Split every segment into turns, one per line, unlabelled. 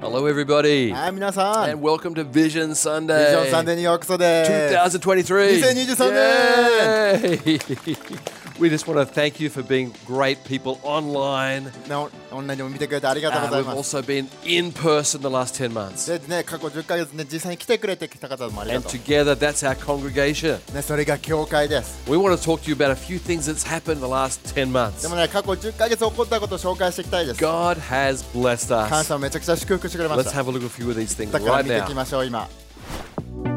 Hello, everybody,
はい、皆さん、
and welcome to Vision
ビ
Sunday.
ジョンサンデーにようこそです。
2023.
2023
Yay! we just want to thank you for being great people online.
なオンラインでも見てくれてありがとうご
Uh,
ざい
we've
ます。
also been in person the last 10 months.
でね、過去10ヶ月ね、実際に来てくれてきた方もありが
And
と
together, that's our congregation.
う。ね、それが教会です。
We want to talk to you about a few things that's happened the last 10
で
months.
もね、過去10ヶ月起こったことを紹介していきたいです。
God has blessed
カン
us.
さんめちゃくちゃ祝福してくれま
Let's
した。
have a look at a few of these things
だから
right
見ていき
now.
ましょう、今。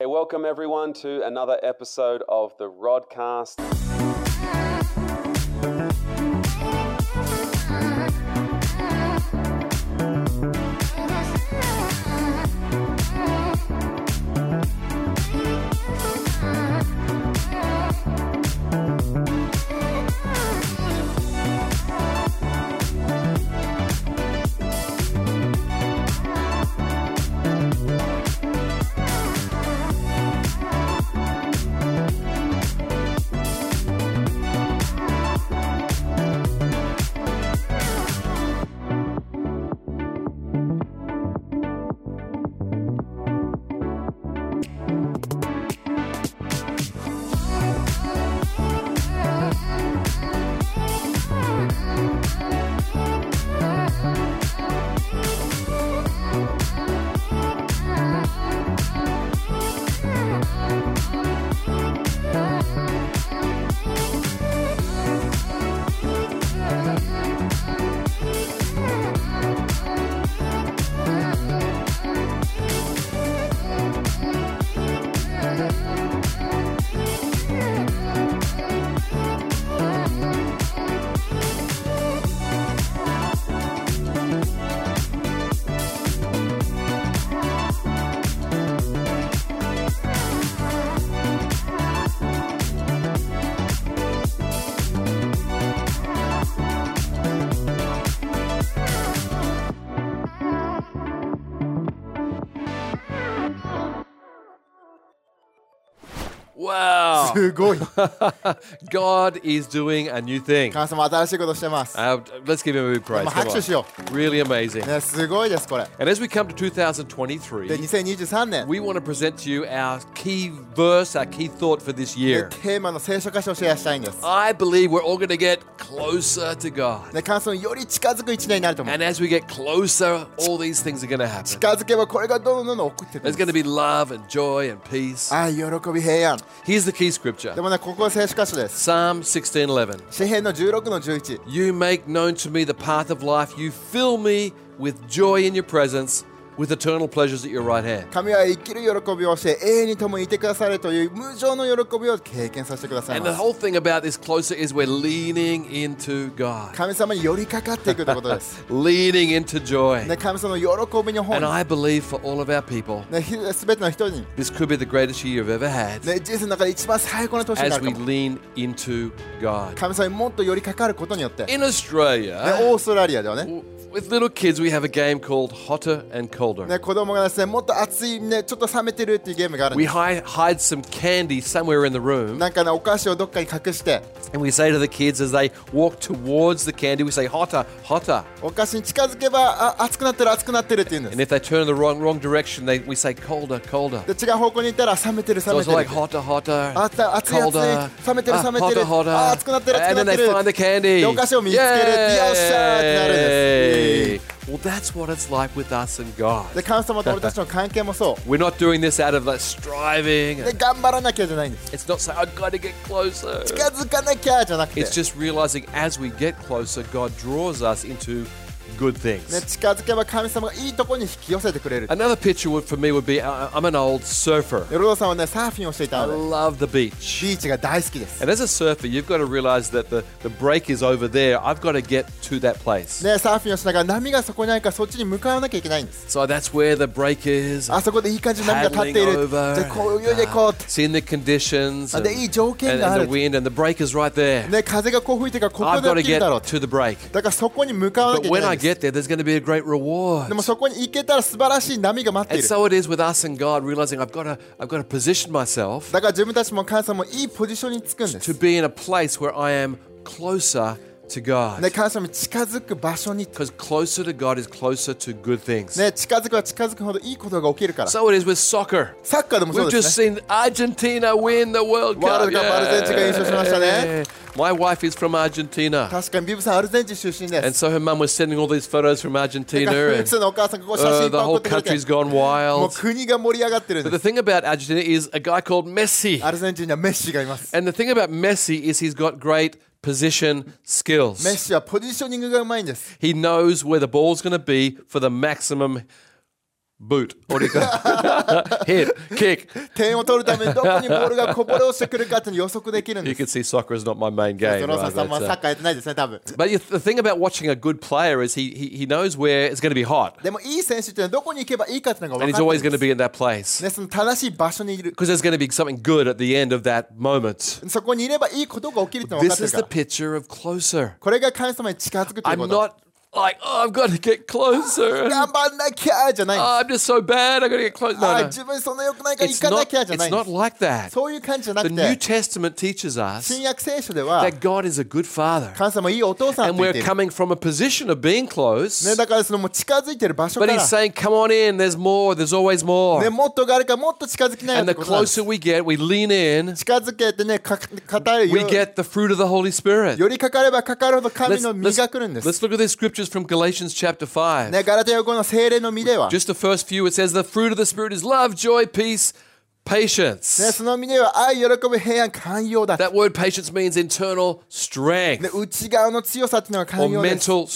Hey, welcome everyone to another episode of the Rodcast.
Wow!
すごい。
God is doing a new thing.
カンさんも新しいことしてます。
Uh, let's give him a big praise. Come
もう拍手しよ
on. Really amazing.
う。ね、すごいです、これ。
And as we come to
で、
2023,
2023年、
we want to present to you our key verse, our key thought for this
で
year.
テーマの聖書箇所をシェアしたいんです。
I believe we're all going to get closer to God.
ね、カンさんにより近づく一年になると思う。
And as we get closer, all these things are going to happen.
近づけばこれがどんどんどんどん送ってく
There's
る
going to be love and joy and peace.
愛喜び平安
Here's the key scripture
でもねここは聖書箇所です
Psalm 16:11.
詩篇の16の11
You make known to me the path of life. You fill me with joy in your presence, with eternal pleasures at your right hand.
神は生きる喜びを教え永遠に共にいてくださるという無常の喜びを経験させてください
And the
ます
whole thing about this closer is we're leaning into God,
神様に寄りかかっていくということです
leaning into joy.
ね神様の喜びの方に
And I believe for all of our people,
ねひ全ての人に
this could be the greatest year you've ever had
ね人生の中で一番最高の年にな
as
る
we
かも
lean into God.
神様にもっと寄りかかることによってね
In Australia,
オーストラリアではね
with little kids, we have a game called Hotter and Colder.
ね子供がですねもっと熱いねちょっと冷めてるっていうゲームがあるん
We
です
hide, hide some candy somewhere in the room,
なんかねお菓子をどっかに隠して
and we say to the kids as they walk towards the candy, we say, Hotter, hotter.
お菓子に近づけばあ熱くなってる熱くなってるって言うん
And
で
if they turn the wrong, wrong direction, they, we say, Colder, colder.
すで違う方向に行ったら冷めてる冷
So
め
it's
てる
like hotter, hotter,
あった熱い熱い
colder,
冷めてる
ah,
冷めてる
hotter,
あ熱くなって
hotter.
る熱
And then
くなっ
they
てる
find the
で
candy.
お菓子を見つけるよっしゃーってなるんです
Yay. Well, that's what it's like with us and
で
God.
神様と俺たちの関係もそう
We're not doing this out of like striving.
で頑張らなきゃじゃないんです
It's not saying I've got to get closer.
近づかなきゃじゃなくて
It's just realizing as we get closer, God draws us into good
ね、
things.
近づけば神様がいいところに引き寄せてくれる。
Another picture would, for me would be I, I'm an old surfer.
ヨルドさんはね、サーフィンをしてい
I
たので、
love the beach.
ビーチが大好きです。
And as a surfer, you've got to realize that the, the break is over there. I've got to get to that place.
ね、サーフィンをしながら波がそこにあるからそっちに向かわなきゃいけないんです。
So that's where the break is.
あそこでいい感じに波が立っ
Paddling
ている。
over
で、こう
and,
泳いでいこう
uh,
って。
seeing the conditions
あ
and,
で、いい条件
and,
があ
and the
る。
wind and the break is right there.
ね、風がこう吹いてるからこ
I've
こ
got to
で起きるだろう
get
って。
to the break.
だからそこに向かわな
But
きゃいけ
when
な
I
いんです。
get there, there's going to be a great reward.
でもそこに行けたら素晴らしい波が待ってい
And
る。
so it is with us and God, realizing I've got to, I've got to position myself
だから自分たちも神様もいいポジションにつくんで
to
す。
be in a place where I am closer to
ね、
God.
神様に近づく場所に。
Because closer to God is closer to good things.
ね、近づくは近づくほどいいことが起きるから。サ
So it is with soccer.
ッカーでもそう
We've
で
just
すね。
seen Argentina win the World Cup.
World Cup アルゼンチンが優勝しましたね。
My wife is from Argentina.
確かにビブさんアルゼンチン出身
And
です。
so her mum was sending all these photos from
だか
Argentina.
らフー
And,
ツのお母さんがここ写
uh,
真
the
パ送
whole
ってくれて
country's gone
もう
wild.
国が盛り上がってるん
But
で
the
す。
thing about Argentina is a guy called Messi.
アルゼンチンにはメッシがいます。
And the thing about Messi is he's got great position
メッ
skills.
シはポジショニングがうまいんです。
He knows where the ball's going to be for the maximum boot. What do you call it? Hit, kick.
点を取るためにどこにボールがこぼれ落ちてくるかっていうの予測できるん
You
です
can。see soccer is not my main
ド
game.
ローサ
Right?
ンさんは
That's,
サッ
uh,
カーやってないですね、多分。
but you- the thing about watching a good player is he, he, he knows where it's going to be hot.
でもいい選手っていうのはどこに行けばいいかっていうのが
And
分
he's
かって
always
る
going to
んです
be in that place.
ね、その正しい場所にいる。
Because there's going to be something good at the end of that moment.
そこにいればいいことが起きるってのが分か
This
ってる
is
か
the
ら。
picture of closer.
これが神様に近づくというこ
I'm
と。
not like, oh, I've got to get closer.
頑張んなきゃじゃないんです。
Oh, I'm just so bad. I've got to get close.
あ
No,
ー
no.
自分そんな良くないから行
It's
かな
not,
きゃじゃない
it's not
んです。
like that.
そういう感じじゃな
The
く
New
て、
Testament teaches us
新約聖書では
that God is a good father.
神様いいお父さん
And
って言
we're
っている。
coming from a position of being close.
ね、だからそのもう近づいてる場所か
But
ら、
he's saying, come on in, there's more, there's always
ね、
more.
もっとがあるからもっと近づきなよっ
And
て
the
ことなんです
closer we get, we lean in,
近づけてね、か語る
we
よ
get the fruit of the Holy Spirit.
よりかかればかかるほど神
Let's,
の身
let's,
が来るんです。
let's look at these scriptures from Galatians chapter 5.
ね、ガラテヤ語の精霊の身では、ね、
Just the first few, it says, the fruit of the Spirit is love, joy, peace, patience.
その身では愛、喜び、平安、寛容だ。ね、
That word patience means internal strength
内側の強さっていうのが寛
or
容です。ね、
mental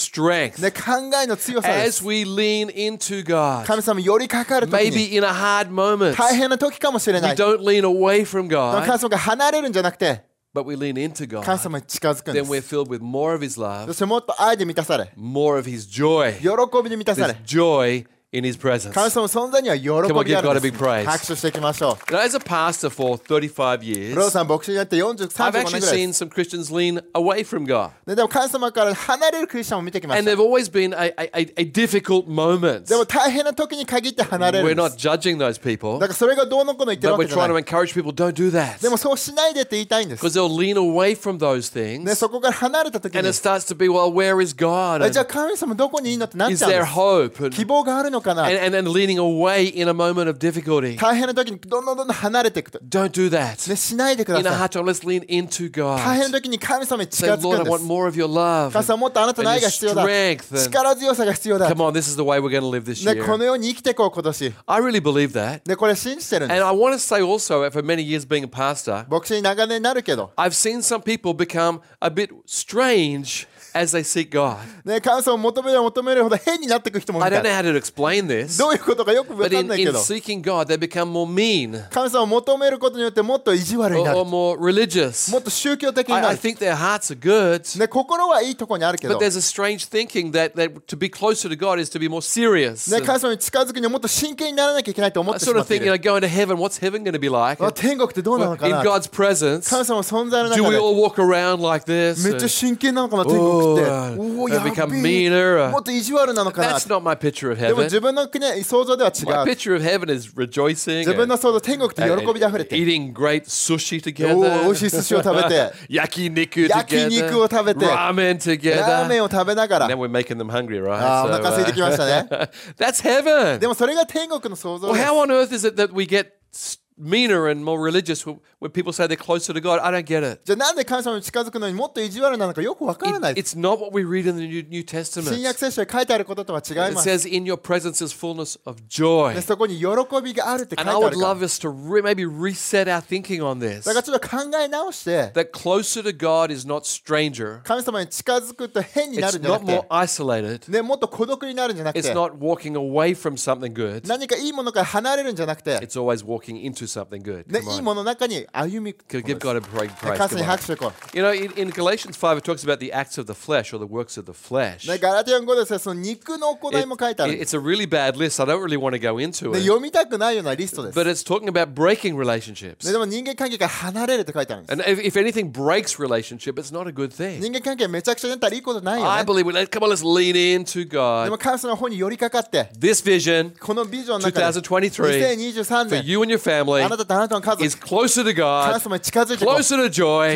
strength.
考えの強さで
As
す。
we lean into God,
神様よりかかるときに
maybe in a hard moment,
大変な時かもしれな
we
い。でも
don't lean away from
神
God,
様が離れるんじゃなくて、
but we lean into
神
God.
様に近づくんで
Then we're
す。
filled with more of His
そ
love,
してもっと愛で満たされ、
more of His joy.
喜びで満たさ
There's
れ、
joy in His
神
presence.
様の存在には喜
Come on,
び
give
があ
God a
るんで
big
す。
praise.
拍手していきましょ
And as a pastor for 35
う。ロー
years,
さん、牧師になって40、
I've actually
35年ぐらいです
seen some Christians lean away from God.
ね、でも神様から離れるクリスチャンを見てきまし
And
た。
they've always been a, a, a, a difficult moment.
でも大変な時に限って離れる
We're
んです。
not judging those
だ
people,
からそれがどうのこうの言ってる
but
わ
we're
けじゃ
trying to
ない。
encourage people don't do that
でもそうしないでって言いたいんです。
because they'll lean away from those
ね、
things.
そこから離れた時
And
に
it、starts to be, well, where is God?
えじゃ
And
あ神様どこにいいのってなっ
is
ちゃうん
there
です。
hope?
希
And,
望があるのかな
and, and, and leaning away in a moment of difficulty.
大変な時にどんどんどんどん離れていくと。
Don't do that.
ね、しないでくだ
In a
さい。
hard time, let's lean into
大
God.
変な時に神様に近
Say,
づく
Lord, I
んで
want
す。
more of your love.
神様もっとあなたの愛が必要だ
And your strength。and-
力強さが必要だ。
Come
ね、
on, this is the way we're going to live this year.
このように生きていこう今年。
I really believe that.
で、これ信じてるんで
And
す。
I want to say also, for many years being a pastor,
牧師に長年なるけど、
I've seen some people become a bit strange as they seek God.
ね、神様を求めれば求めるほど変になっていく人もい
I
る
don't know how to explain this,
どういうことかよくわ
but
かん
in,
ないけ
in
ど、
seeking God, they become more mean
神様を求めることによってもっと意地悪に
or,
なる
or。more religious.
もっと宗教的に
I,
な
I
る。
think their hearts are good,
ね、心はいいとこにあるけど、
but
ね、
there's a strange thinking that, that to be closer to God is to be more serious.
神
And
様に近づくにはもっと真剣にならなきゃいけないと思っ
I
てし
sort
まっ
of
てい
think, you
る
know,。going to heaven, what's heaven going to be like?
あ
And
天国ってどうなの
well,
か
in
な
God's presence,
神様の存在の
do
中
we
で
all walk around like this?
めっ
And-
ちゃ真剣なのかな天国
Oh,
って。
uh,
おお、
they
や
become
っべ
meaner.
えもっと意地悪なのかな
That's not my picture of
でも
heaven.
自分の、ね、想像では違
My
う。
picture of heaven is rejoicing.
自分
and-
の想像、天国って喜びで溢れ
and
てる。
eating great sushi
お
together.
お、美味しい寿司を食べて、
yakiniku together.
焼肉を食べ
ramen
て、
Ah,
ラーメ
together.
ンを食べなが
And
ら
then、we're making them hungry, right? uh,
あーお腹空いてきましたね。
that's heaven.
でもそれが天国の想像
Well,
です。
how on earth is it that we get s- meaner and more religious when, when people say they're closer to God. I don't get it.
じゃあなんで神様に近づくのにもっと意地悪なのかよくわからない
It-
です。
It's not what we read in the New, New
新
Testament.
約聖書に書いてあることとは違い
It
ます。
says, "In your presence is fullness of joy."
でそこに喜びがあるって書い
And
てあ
I
る
would
から。
love us to re- maybe reset our thinking on this.
だからちょっと考え直して、
That closer to God is not stranger.
神様に近づくと変にな
It's
るんじゃな
not
く
more
て、
isolated.
ね、もっと孤独になるんじゃなく
It's
て、
not walking away from something good.
何かいいものから離れるんじゃなくて、
It's always walking into something good.
ね
Come、
いい
on.
ものの中に歩み、
Give- Give God a break.
ね
Praise.
神
Come
様
on.
に拍手をこう。
You know, in, in Galatians 5, it talks about the acts of the flesh or the works of the flesh.
ね、ガラティアン5ですね、その肉の行
It-
いも書いてあるん
it-
です。
it's a really bad list. I don't really want to go into
ね、
it.
読みたくないようなリストです。
But
ね、
it's talking about breaking relationships.
でも人間関係から離れるって書いてあるんです。
And if, if anything breaks relationship, it's not a good thing.
人間関係めちゃくちゃになったらいいことないよ
I
ね。
believe, we, let- come on, let's lean into
で
God.
も神様の方に寄りかかって、
This vision
このビジョンの中で
2023
2023
for
年
you and your family
あなたとあなたの家
is
族
closer to
神
God,
様に近づいてこう喜
closer to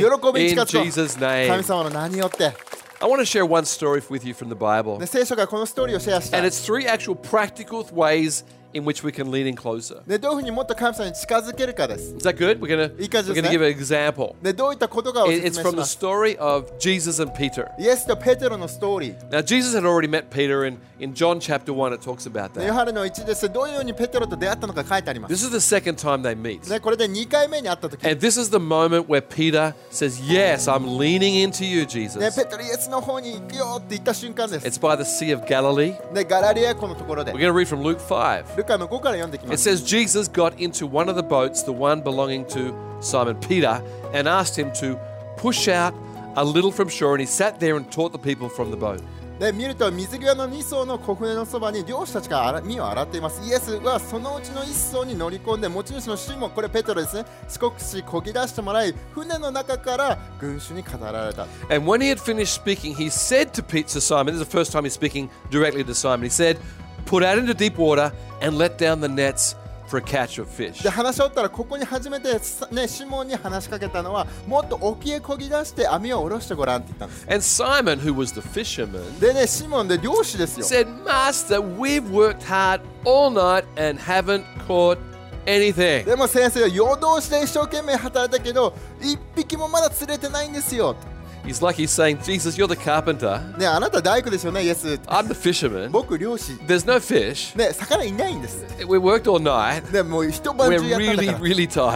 joy
びに近
in
づ
Jesus'
く神
name.
様の名によって、
I want to share one story with you from the Bible.
ね、聖書がこのストーリーをシェアした
And、it's three actual practical ways in which we can lean in closer.
ね、どういうふうにもっと神様に近づけるかです、
Is that good? We're going to we're
いい感じですね。
going to give an example.
ね、どういったことがお
It-
勧め
It's
し
from the
ます
story of Jesus and Peter.
イエスとペテロのストーリー
Now, Jesus had already met Peter, and in John chapter 1, it talks about
ね
that.
ヨハネの1ですどういうようにペテロと出会ったのか書いてあります、
This is the second time they meet.
ね、これで2回目に会った時、ね、
And this is the moment where Peter says, Yes, I'm leaning into you,
ペ
Jesus.
テロイエスの方に行くよって言った瞬間です、
It's by the Sea of Galilee.
ね、ガラリア湖のところで
We're going to read from Luke 5.
ルカの5から読んできま
It
す
says, Jesus got into one of the boats, the one belonging to Simon Peter, and asked him to push out a little from shore, and he sat there and taught the people from the boat.
で見ると水際の2層の小舟のそばに漁師たちがあら身を洗っていますイエスはそのうちの1層に乗り込んで持ち主のシモンこれペトロですね四国市こぎ出してもらい船の中から群衆に語られた
And when he had finished speaking, he said to Pete, to Simon, this is the first time he's speaking directly to Simon, he said, Put out into deep water and let down the nets for a catch of fish.
で話し合ったらここに初めてさねシモンに話しかけたのはもっと沖へこぎ出して網を下ろしてごらんって言ったんです
And Simon, who was the fisherman,
でねシモンで漁師ですよ
said, Master, we've worked hard all night and haven't caught anything.
でも先生は夜通しで一生懸命働いたけど一匹もまだ釣れてないんですよ
He's like he's saying, Jesus, you're the carpenter.
ねあなた大工ですよねイエス
I'm the fisherman.
僕漁師
There's no fish.
ね魚いないんです
We worked all night.
でもう一晩
We're
中やった
really,
んだから、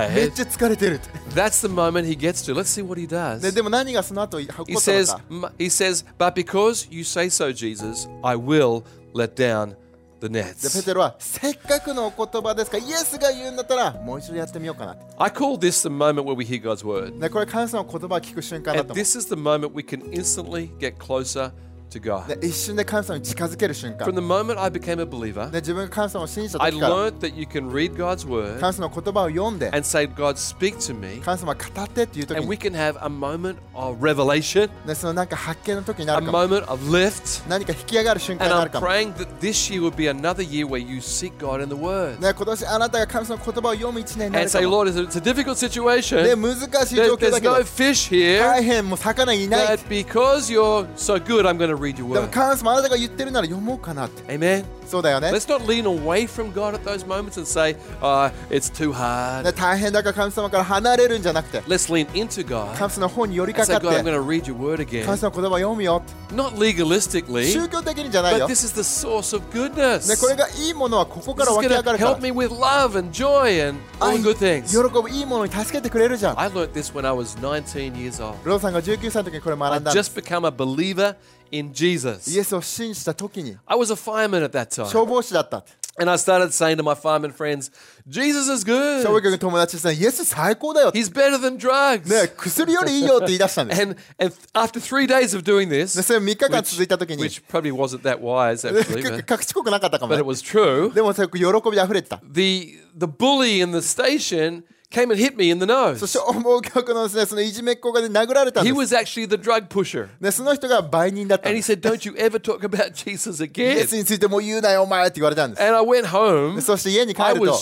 really
めっ
tired.
ちゃ疲れてるって
That's the moment he gets to. Let's see what he
で
does.
でも何がその後運ぶ
He
ことなの
says,
か
"M- he says, but because you say so, Jesus, I will let down the
でペ
nets.
テロはせっかくのお言葉ですからイエスが言うんだったらもう一度やってみようかなって、
I call this the moment where we hear God's word.
ね、これ神様の言葉を聞く瞬間だ
And
と思
this is the moment we can instantly get closer to
う
God.
で一瞬で神様に近づける瞬間
From the
で
moment I became a believer,
自分が神様を信じた
I
時から
learned that you can read God's word
神様の言葉を読んで
and say, God, speak to me.
神様語ってっていう時
And
に、
we can have a moment of revelation,
ね、そのなんか発見の時にな
a
るかも
moment of lift.
何か引き上がる瞬間
And
になる
I'm
かも、
praying that this year would be another year where you seek God in the Word
ね、今年あなたが神様の言葉を読む一年にな
and
るか
say,
も、
Lord, it's a, it's a difficult situation.
ね、
There-
難しい状況だ
there's
けど
no fish here.
大変もう魚いない
But because you're so good, I'm going to read your
でも
Word.
神様あなたが言ってるなら読もうかなって
Amen.
そうだよね
Let's not lean away from God at those moments and say, oh, it's too
ね
hard.
大変だから神様から離れるんじゃなくて
Let's lean into God
神様の方に寄り
and
か
say,
かっ
God, I'm
て
going to read your Word again.
神様の言葉を読むよって
Not legalistically.
宗教的にじゃないよ、
But
ね、
this is the source of goodness.
これがいいものはここか
This
ら
is
湧き上
going
が
to
るから
help me with love and joy and all
愛
good
喜
things.
ぶいいものに助けてくれるじゃん
I learnt this when I was 19 years old.
ローさんが19歳の時にこれ学
I
んだんです
just become a believer in
イエ
Jesus.
スを信じた時に
I was a fireman at that
消
time.
防士だったって
And I started saying to my fireman friends, Jesus is
消防
good.
局の友達としてイエス最高だよって
He's better than drugs.
ね薬よりいいよって言い出したんです
And, and after three days of doing this,
でそれ3日間続いた時
which,
に
which probably wasn't that wise, actually,
隠
but,
しこくなかったかも
but
ね
it was true,
でもそれ喜びで溢れてた
the, the bully in the station came and hit me in the
そし
nose.
て王局のですねそのいじめっ子が、ね、殴られたん
He
で
was
す
actually the drug pusher.
でその人が売人だった
And
んで
he
す
said, Don't you ever talk about Jesus
イ
again.
エスについてもう言うなよお前って言われたんです
And I went home.
そして家に
I
帰ると
was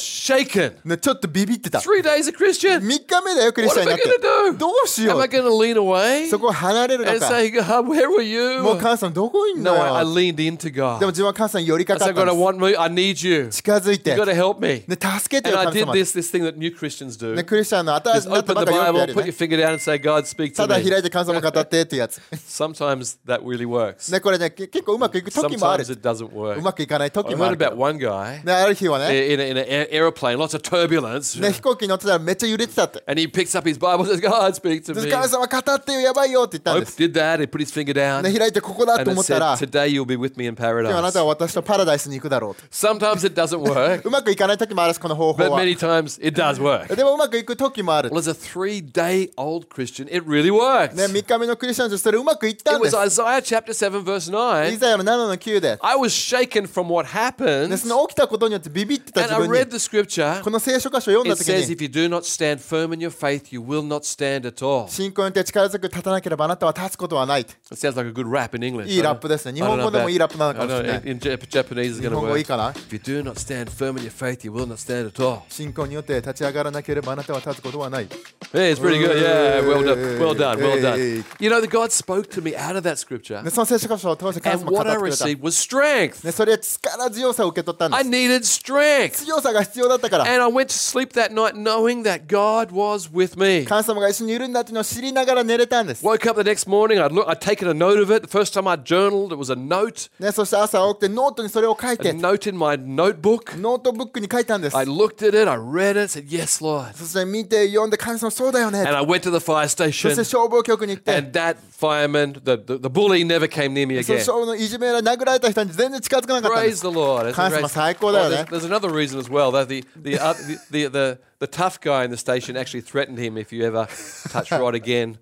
shaken.
ねちょっとビビってた3
Three days a Christian.
日目だよクリス
What
チャ
am
ンにな
I
って
going to
ど
do?
うしよ
Am I
う
going to lean away
そこを離れるの
and
か
say, God, where were
もう
you?
母さんどこいん
No,
の
I, I
よ
leaned into
でも
God.
自分は母さんに寄りか
I
かっ
said,
た
God,
ん
I want me.
です
I need you.
近づいて
You got to help me.
で助けて
And
よ
I
神
did
様
this this thing that new Christians do.
ねクリスチャンの新し
Just
いなったば
open the
かりよくや
Bible,
る
put your
よね
finger down and say, God, speak
た
to
だ開
me.
いて神様語ってっていう やつ
Sometimes that really works.
ねこれね結構うまくいく時もある
Sometimes it doesn't
う
work.
まくいかない時
I
もあ
heard
るけ
about
ど
one guy
ねある日はね
in, in, in an airplane, lots of turbulence,
ね飛行機に乗ってたらめっちゃ揺れてたって。
and he picks up his Bible and says, God, speak to
で
me.
神様語ってよやばいよって言ったんで
Hope
す。
did that. He put his finger down
ね、
and
開いてここだと思
it
ったら
said,、Today you'll be with me in
今あな
paradise.
たは私とパラダイスに行くだろうと。
Sometimes it doesn't work,
うまくいかない時もあるし、この方法
but
は。
many times it does work.
でもうまくいく時もある。
Well,
ね、
as a three day old Christian, it really worked.
3日目のクリスチャンとしてうまくいったん
It
で
was
す。
Isaiah chapter 7, verse
イ
9.
ザヤの7の9で。
I was shaken from what
で
happened,
その起きたことによってビビってた
and
自
I
分
read、
に
the scripture.
この聖書箇所を読んだ
It
時
says,
に、
if you do not stand firm in your faith, you will not stand at all.
信仰によって力強く立たなければあなたは立つことはないって。
It sounds like a good rap in English.
いいラップですね。日
I don't
本
know
語でもいいラップなの
about-
か
I
もし
don't
れ
know,
な
in。
い
in Jap- Japanese is
日
going to
本語いい
work.
かな
If you do not stand firm in your faith, you will not stand at all.
信仰によって立ち上がらなければあなたは立つことはない。
Hey, it's pretty good. Yeah, well done. Well done. Well
Hey.
done. You know, the God spoke to me out of that scripture,
でその聖書箇所を通して神
and
様語っ
what
て
I
くれた。
received was strength.
ね、それは力強さを受け取ったんで
I
す。
needed strength.
強さが必要だったから、
And I went to sleep that night knowing that God was with me.
神様が一緒にいるんだっていうのを知りながら寝れたんです。
Woke up the next morning, I'd, look, I'd taken a note of it. The first time I journaled, it was a note,
ね、そして朝起きてノートにそれを書い
a
て、ノ
note in my notebook.
ートブックに書いたんです
I。looked at it, I read it, said, Yes, Lord.
そして見て読んで、神様そうだよね
And。I went to the fire
そし
station,
て消防局に行って、
and that fireman, the, the, the bully, never came near me
その
again.
消防のいじめられ殴られた人に全然近づかなかったんで
Praise
す。
the Lord. It's a
神様
grace.
最高だよね。
there's, there's another reason as well that the, the, uh, the, the, the, the tough guy in the station actually threatened him if you ever touch Rod again,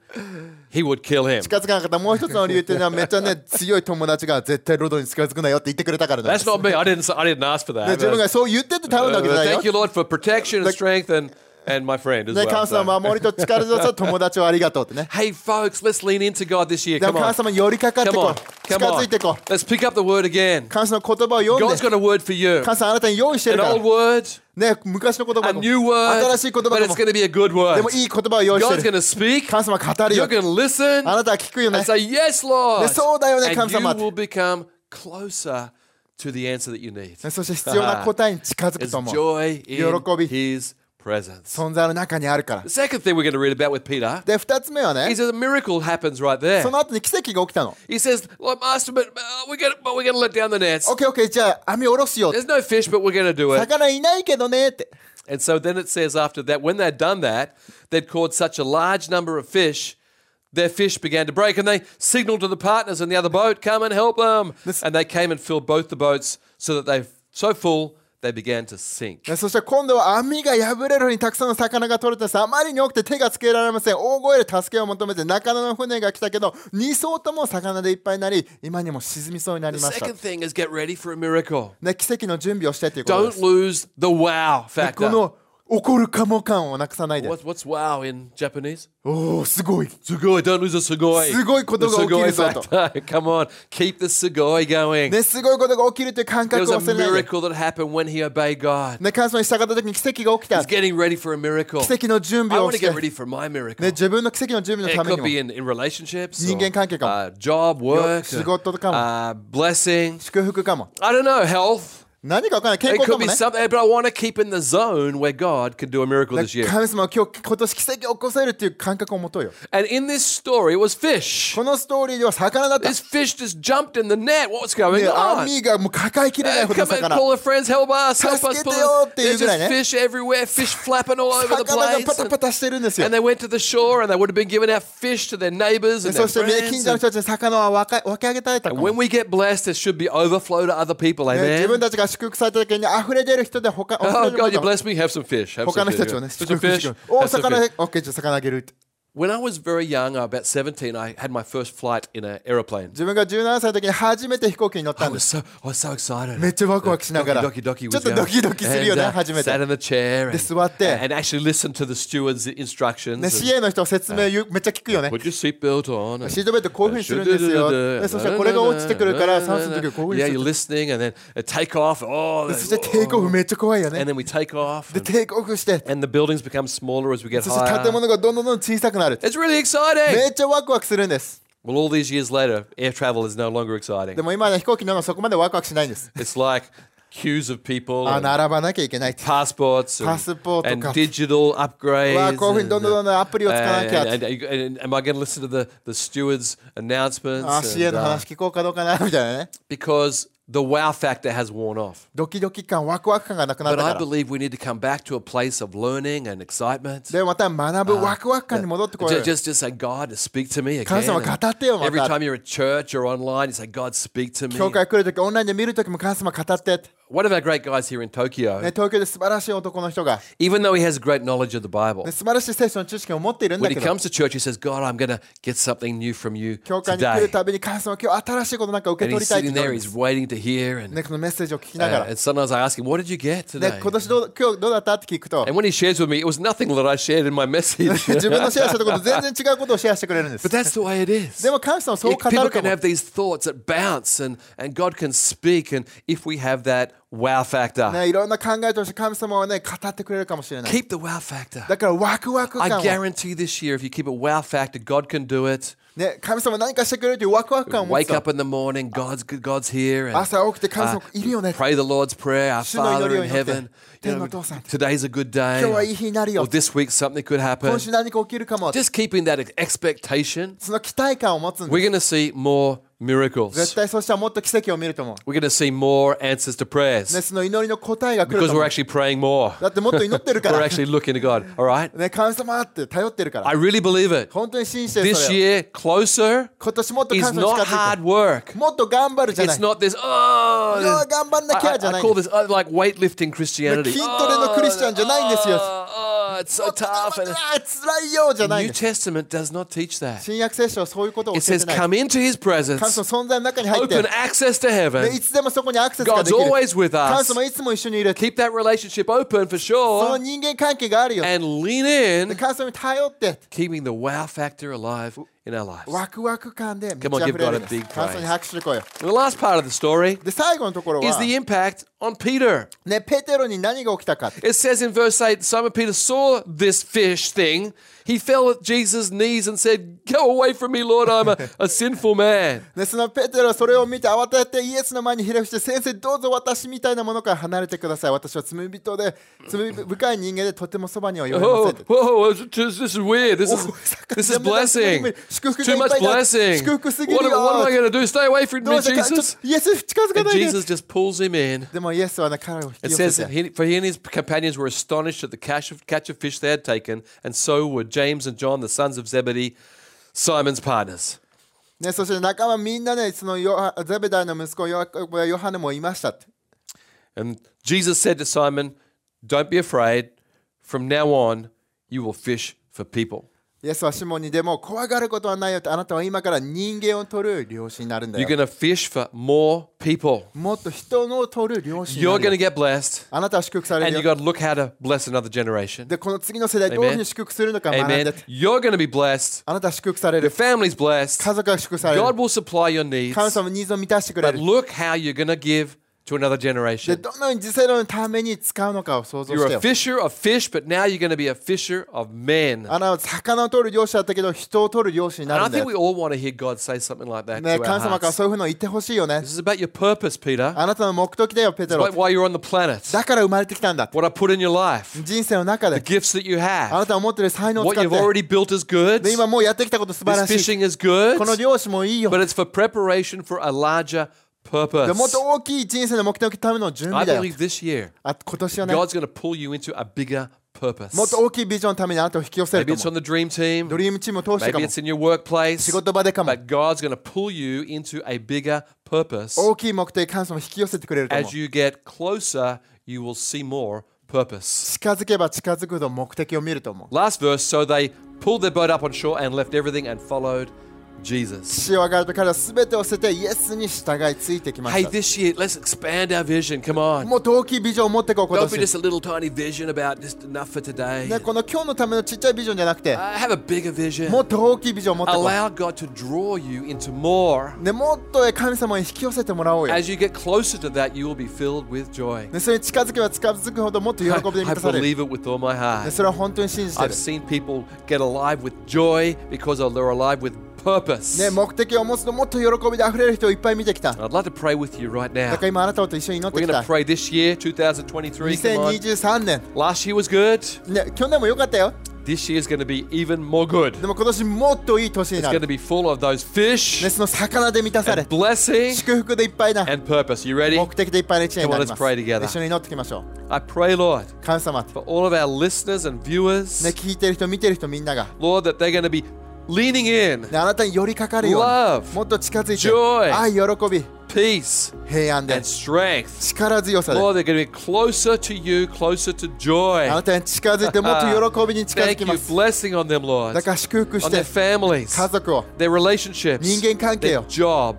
he would kill him.
近づかなかったもう一つの理由っていうのはめっちゃね強い友達が絶対ロドに近づくなよって言ってくれたからなんで
That's
す。
not me. I didn't, I didn't ask for
で
that.
自分
Uh,
がそう言ってって頼んだわけじゃないよ
thank you,。Lord, for protection and
Like-
strength and, and my friend as
ね、
well.
神
So-
様守りと力強さ友達をありがとうってね。
Hey, folks, let's lean into God this year.
で
Come
も神
on.
様に寄りかかって
Come
こ
on.
う。近
Come
づ
on.
いてこう。
Let's pick up the word again.
神様の言葉を読ん
God's
で
got a word for you.
神様あなたに用意して
An
るから
old word,
ね昔の言葉
a
も
new word,
新しい言葉
but
で
it's
も
going to be a good
で
word.
もいい言葉を用意
God's
して
going to
る
speak.
神様語る
You're going
よ
to listen
あなたは聞くよね
and say, Yes, Lord.
でそうだよね
And
神
you
様
will become closer to the answer that you need.
そして必要な答えに近づく
It's
と思う
joy in
喜び。
His presence.
存在の中にあるから
The second thing we're going to read about with Peter
で2つ目はね
is that a miracle happens right there.
その後に奇跡が起きたの
He says, Lord, Master, but uh, we're going to we're going to let down the nets.
OKOK じゃあ網下ろすよ
There's no fish, but we're going to do it.
魚いないけどねって
And so then it says after that, when they'd done that, they'd caught such a large number of fish, their fish began to break, and they signaled to the partners in the other boat, "Come and help them!"
This-
And they came and filled both the boats so that they so full they began to sink.
でそして今度は網が破れるようにたくさんの魚が取れてさあまりに多くて手がつけられません大声で助けを求めて仲間の船が来たけど2艘とも魚でいっぱいになり今にも沈みそうになり
The
ました
second thing is get ready for a miracle.
ね、奇跡の準備をしてということで
Don't
す。
lose the wow
でこ
factor.
の怒るかも感をなくさないで。
What, what's wow in Japanese?
おお、すごい。
Sugoi. Don't lose the sugoi.
すごいことが起きるぞと。
The sugoi factor. Come on, keep the sugoi going.
ね、すごいことが起きるという感
There
覚
was
を
a
忘れないで。
miracle that happened when he obeyed God.
ね、神様に従った時に奇跡が起きた。
He's
奇
getting ready for a miracle.
跡の準
I
備を
want to
し
get
て。
ready for my
ね、
miracle.
自分の奇跡の準備の
It
ため
could
にも
be。in, in relationships, or,
人間関係かも。
uh, job, work,
仕事とかも。
uh, blessing.
祝福かも。
I don't know, health.
何か分からない。健
It
康か
could
も
be
ね。
something, but I want to keep in the zone where God can do a miracle
ね
this year.
神様は今日、今年奇跡を起こせるっていう感覚を持とうよ。
And in this story, it was fish.
このストーリーでは魚だった。
This fish just jumped in the net. What's going
ね、ア
on?
ミがもう抱えきれない
Uh,
ほどの
come and
魚。
call our friends, help us, help us. Pull us.
助けてよっていう
There's just
ぐらいね。
fish everywhere, fish flapping all over the
魚が
place.
パタパ
And,
タしてるんですよ
and。they went to the shore and they would have been giving out fish to their neighbors
で
and their
そしてね、近
friends. and-
所の人たちに魚は分け分け上げたれたか
And
も
when we get blessed, there should be overflow to other people.
ね自分
Amen.
たちが祝福された時に溢れ出る人で他溢
Oh
れる
God,
人
you bless me. Have some fish. Have
他
some
の
fish.
人たちをね、
Have
祝
some
福
fish.
してくれるお
Have some
魚
fish.
で、オッケー、じゃあ魚あげるって。
When I was very young, I was about 17, I had my first flight in an aeroplane.
自分が17歳の時に初めて飛行機に乗っ
I
たんで
was
す
so, I was so excited.
めっちゃワクワクしながら
Doki doki
ちょっとドキドキするよね
And, uh,
初めて
Sat in the chair
で座って
and, and actually listened to the steward's instructions.
ね CA の人説明ゆめっちゃ聞くよね
Put your seatbelt on. and-
シートベルトこういうふうにするんですよでそしたらこれが落ちてくるから酸素の時はこういう
Yeah,
ふう
you're
に
listening and then uh, take off. Oh,
するそしてテイクオフめっちゃ怖いよ
and
ね
then we take off.
で
And,
テイクオフして
and the buildings become smaller as we get
そして
higher.
建物がどんどんどんどん小さくなる
It's really exciting.
めっちゃワクワクするんです
Well, all these years later, air travel is no longer
で
exciting.
も今ね飛行機のそこまでワクワクしないんです
It's like queues of people,
あ
and
並ばなきゃいけないって
passports, and,
パスポート
and
か。
digital
わあ
upgrades.
こういうふうにどんどんどんどんアプリを使わな
and,
きゃ
and, and- and am I going to listen to the, the steward's announcements?
あ CA
And,
の
uh,
話聞こうかどうかなみたいなね
because the wow factor has worn off.
ドキドキ感ワクワク感がなくなっ
But
た
I
から
believe we need to come back to a place of learning and excitement.
でまた学ぶワクワク感に戻ってこい
Ju- Just, just say, God, speak to me again.
神様、語ってよ、また。
every time you're at church or online, you say, God, speak to me.
教会来るときオンラインで見るときも神様語ってって、
One of our great guys here in Tokyo,
ね、東京で素晴らしい男の人が、
even though he has great knowledge of the Bible,
ね、素晴らしい聖書の知識を持っているんだ
when
け
he
ど
comes to church, he says, God, I'm going to get something new from you
教会に来る
today.
たびに神様今日新しいことなんか受け
And he's
取りたいって言
sitting there,
ってるんで
he's
す
waiting to hear. And,
ねこのメッセージを聞き
uh,
ながら、
and sometimes I ask him, What did you get
ね
today?
今年どう今日どうだったって聞くと
And when he shares with me, it was nothing that I shared in my message.
自分のシェアしたところと全然違うことをシェアしてくれるんです
But that's the way it is.
でも神様はそう
If
語
people
るか
can
も
have these thoughts that bounce and, and God can speak. And if we have that wow factor,
ね、いろんな考えとして神様はね語ってくれるかもしれない。
keep the wow factor.
だからワクワク
I
感を、ね、
guarantee this year, if you keep a wow factor, God can do it.
神様何かしてくれるというワクワク感を持
Wake
つ
up in the morning, God's God's here. And,
朝起きて神様いるよね。
pray the Lord's Prayer, our
主の祈りを
Father in
祈って、
heaven. You
天の
know,
お父さん。
today's a good day.
今日はいい日になる
Or
よ。
this week something could
今
happen.
週何か起きるかも。
Just keeping that expectation,
その期待感を持つん
we're
です。
going to see more
絶
miracles.
対そうしたらもっと奇跡を見ると思う。
We're going to see more answers to prayers.
ね、その祈りの答えが来る
Because
と思
we're
う。
actually praying more.
だってもっと祈ってるか
We're
ら。
actually looking to God. All right?
ね、神様って頼ってるか
I
ら。
really believe it.
本当に信じてるそ
This
れを
year, closer
今年もっと神
is
様に
not
近づい
hard
て。
work.
もっと頑張るじゃない。
It's
ね
not this, oh,
いや、頑張んなきゃ
I- I,
じゃな
I
い。
call this uh, like weightlifting Christianity.
筋トレのクリスチャンじゃないんですよ。
Oh, oh, it's
も
so
っと
tough.
頑張って
And
あー辛いよじゃ
the
ないん
New
です。
Testament does not teach that.
新約聖書はそういうことを
It
教え
says,
てない。
come into his presence,
神様の存在の中に入って、
open access to
で
heaven.
いつでもそこにアクセスが
God's
できる。
always with
神
us.
様いつも一緒にいる。
Keep that relationship open for
そ
sure
の人間関係があるよ。で
and lean in,
神様に頼って、
keeping the wow factor alive in our lives.
ワクワク感で満
Come on,
ち
give
溢
God
れるん
a
です
big
神様に拍手こよ。
And the last part of the story
で、最後のところ
is
は、
the impact on Peter.
ね、ペテロに何が起きたかって。
It says in verse 8 Simon Peter saw this fish thing. He fell at Jesus' knees and said, Go away from me, Lord, I'm a, a sinful man.
で、そのペテロはそれを見て慌ててイエスの前にひれ伏して、先生、どうぞ私みたいなものから離れてください。私は罪人で、罪深い人間でとてもそばには寄れま
Whoa,
せんって。
whoa, Oh, this this is weird. This
お
is, this is blessing.
祝福
Too
が
much
いっぱいだ
blessing.
祝
What,
福す
am-
ぎる
what am I
よ
going to do? Stay away from
ど
me,
うしてかちょっ
Jesus.
とイエス近づか
And
ないで
Jesus just pulls him in.
でもイエスはね彼を引き
It
寄
says
せ
that
て
he, for he and his companions were astonished at the catch of, catch of fish they had taken, and so were James and John, the sons of Zebedee, Simon's partners.
ね、そして仲間みんなね、そのヨハゼベダイの息子ヨハヨハネもいましたって。
And Jesus said to Simon, Don't be afraid. From now on, you will fish for people.
イエスはシモンにでも怖がることはないよってあなたは今から人間を取る漁師になるんだ
You're going
よ。
to fish for more people.
もっと人のを取る漁師にな
You're
る
going
よ
to get blessed,
あなたは祝福され
and
る
you've
よ。
got to look how to bless another generation.
で、この次の世代どういうふうに祝福するのか学んで
Amen.
って。
You're going to be blessed.
あなたは祝福され
Your
る。
family's blessed.
家族が祝福される。
God will supply your needs.
神様のニーズを満たしてくれ
But
る。
look how you're going to give to another
で、
generation.
どのように次世代のために使うのかを想像し
You're
て
a
よ。
fisher of fish, but now you're going to be a fisher of men.
あなたは魚を取る漁師だったけど人を取る漁師に
And
な
I
るんだ
think
よ。
we all want to hear God say something like that
ね、
to our
神様から
hearts.
そういうふうの言ってほしいよね
This。is about your purpose, Peter.
あなたの目的だよ、ペテ
It's
ロ
like。why you're on the planet.
だから生まれてきたんだ。
What I put in your life,
人生の中で
the gifts that you
あな
have,
たが持ってる才能を
what
使っ
you've
て
already built is good.
で
This
今もうやってきたこと素晴らしい
fishing is good,
この漁師もいいよ
but it's for preparation for a larger
で
purpose.
もっと大きい人生の目的のための準
I
備だよ
believe this year
あ今年はね
God's going to pull you into a bigger purpose.
もっと大きいビジョンのためにあなたを引き寄せる
Maybe it's
と
on
思う
the dream
ド
team.
リームチームを通してか
Maybe
も
it's
仕
in your workplace.
事場でかも
But God's going to pull you into a bigger purpose.
Oh, 大きい目的神様を引き寄せてくれると思
As
う
you get closer, you will see more purpose.
近づけば近づくほど目的を見ると思う
Last verse, so they pulled their boat up on shore and left everything and followed Jesus.
父は彼と彼は全てを捨ててイエスに従いついてきま
Hey,
した
this year, let's expand our vision. Come on.
もう動機ビジョンを持ってこう今
Don't be
年
just a little tiny vision about just enough for today.
ね、この今日のためのちっちゃいビジョンじゃなくて
Uh, have a bigger vision.
もっと大きいビジョンを持ってこ
Allow God to draw you into more.
う、ね、もっと神様に引き寄せてもらおうよ、ね、
As you get closer to that, you will be filled with joy.
それに近づけば近づくほどもっと
I,
喜びで
I
満たされる、
believe it with all my
ね、
heart.
それは本当に信じてる
I've seen people get alive with joy because they're alive with purpose.
ね、
And
目的を持つともっと喜びで溢れる人をいっぱい見てきた。だ
I'd like to pray with you right
か
now.
ら今あなたと一緒に祈って
We're
き
going
た
to。pray this year, 2023. Come on.
2023年、
Last year was good.
ね、去年も良かったよ。
This year is going to be even more good.
でも今年もっといい年に
It's
な
going to
る。
be full of those fish
ね、その魚で満たされ
and、blessing
祝福でいっぱいだ。
and purpose. You ready?
目的でいっぱいの一年になります。
Come on, let's pray together.
一緒に祈っていきましょう。
I pray, Lord,
神様、ね、
for all of our listeners and viewers,
聞いてる人、見てる人みんなが、
Lord, that they're going to be leaning in
ね、あなたに寄りかかるように
Love
もっと近づいて、
Joy
愛、喜び、
peace
平安で
and、strength.
力強さで、
Lord, they're going to be closer to you, closer to
あ
joy.
なたに近づいて、もっと喜びに近づ
Thank
き
you,
ます。
blessing on them, Lord,
だから祝福し
on their
て、
families,
家族を、
their relationships,
人間関係
their
を、ね、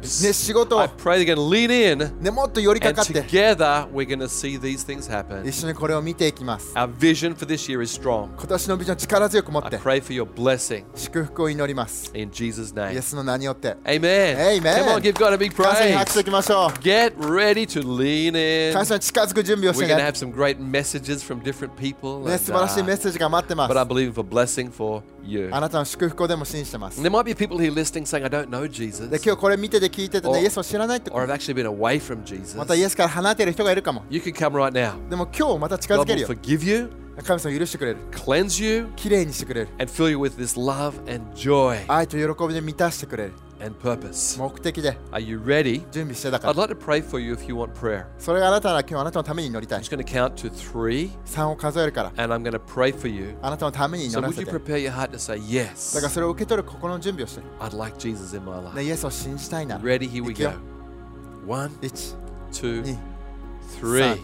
jobs.
仕事を
I、pray they're going to lean in,
ね、もっと寄りか
and
かって、
together we're going to see these things happen.
一緒にこれを見ていきます。
Our vision for this year is strong.
今年のビジョンを力強く持っ
I
て、
pray for your blessing
祝福を祈ります。
in Jesus'
イ
name.
エスの名によって。
Amen.
Amen.
Come on, give God a big
感謝に拍
praise.
手いきましょ
Get ready to lean
う。
in.
感謝に近づく準備をし
We're
て
going to
ね。
have some great messages from different people.
ね
and,
素晴らしい
uh,
メッセージが待ってま
but I'm
す。
believing for blessing for you.
あなたの祝福をでも信じてます。
And
で
there might be people here listening saying, I don't know Jesus.
今日これ見てて聞いてて
Or-
ね、イエスを知らないって
Or I've actually been away from Jesus.
またイエスから離れてる人がいるかも。
You can come right now.
でも今日また近づ
God
ける
will
よ。
forgive you,
神様許してくれる。
cleanse you,
綺麗にしてくれる。
and fill you with this love and joy
愛と喜びで満たしてくれる。
and purpose.
目的で
Are you ready?
準備してだか
I'd
ら。
like to pray for you if you want prayer.
それがあなたは今日あなたのために祈り
I'm
たい
just。going to count to three,
3を数えるから。
and I'm going to pray for you.
あなたのために
So
祈ら
would
せ
you
て。
prepare your heart to say,
だから
Yes,
それを受け取る心の準備をして。
I'd like Jesus in my
ね、
life.
イエスを信じたいなら。
Ready? Here we
いくよ
go. One,
1、
two,
2、
three.
Son.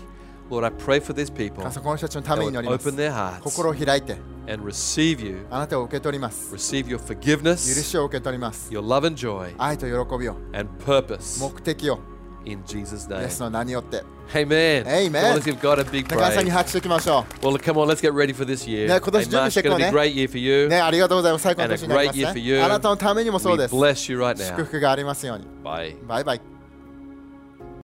Lord, I pray for these people.
神
They
様この人たちのために祈
would
ります
open。their hearts
心を開いて、
and receive you,
あなたを受け取ります。
receive your
許
forgiveness,
しを受け取ります。
your love and joy,
愛と喜びを、
and purpose
目的を、
in Jesus'
イ
name.
エスの名によって。
Amen. Come
Amen.
on, let's give God a big
高橋さんに
praise.
拍手いきましょ
Well, come on, let's get ready for this year. Hey,
Ne, 今
March, it's going to be
年準備していこうね。
a great year for
う。
you.
ね、ありがとうございます。最高の年になりま
And a great year
す、
for you.
ね。あなたのためにもそう
We
です。
bless you right
祝
now.
福がありますように。
Bye.
バイバイ。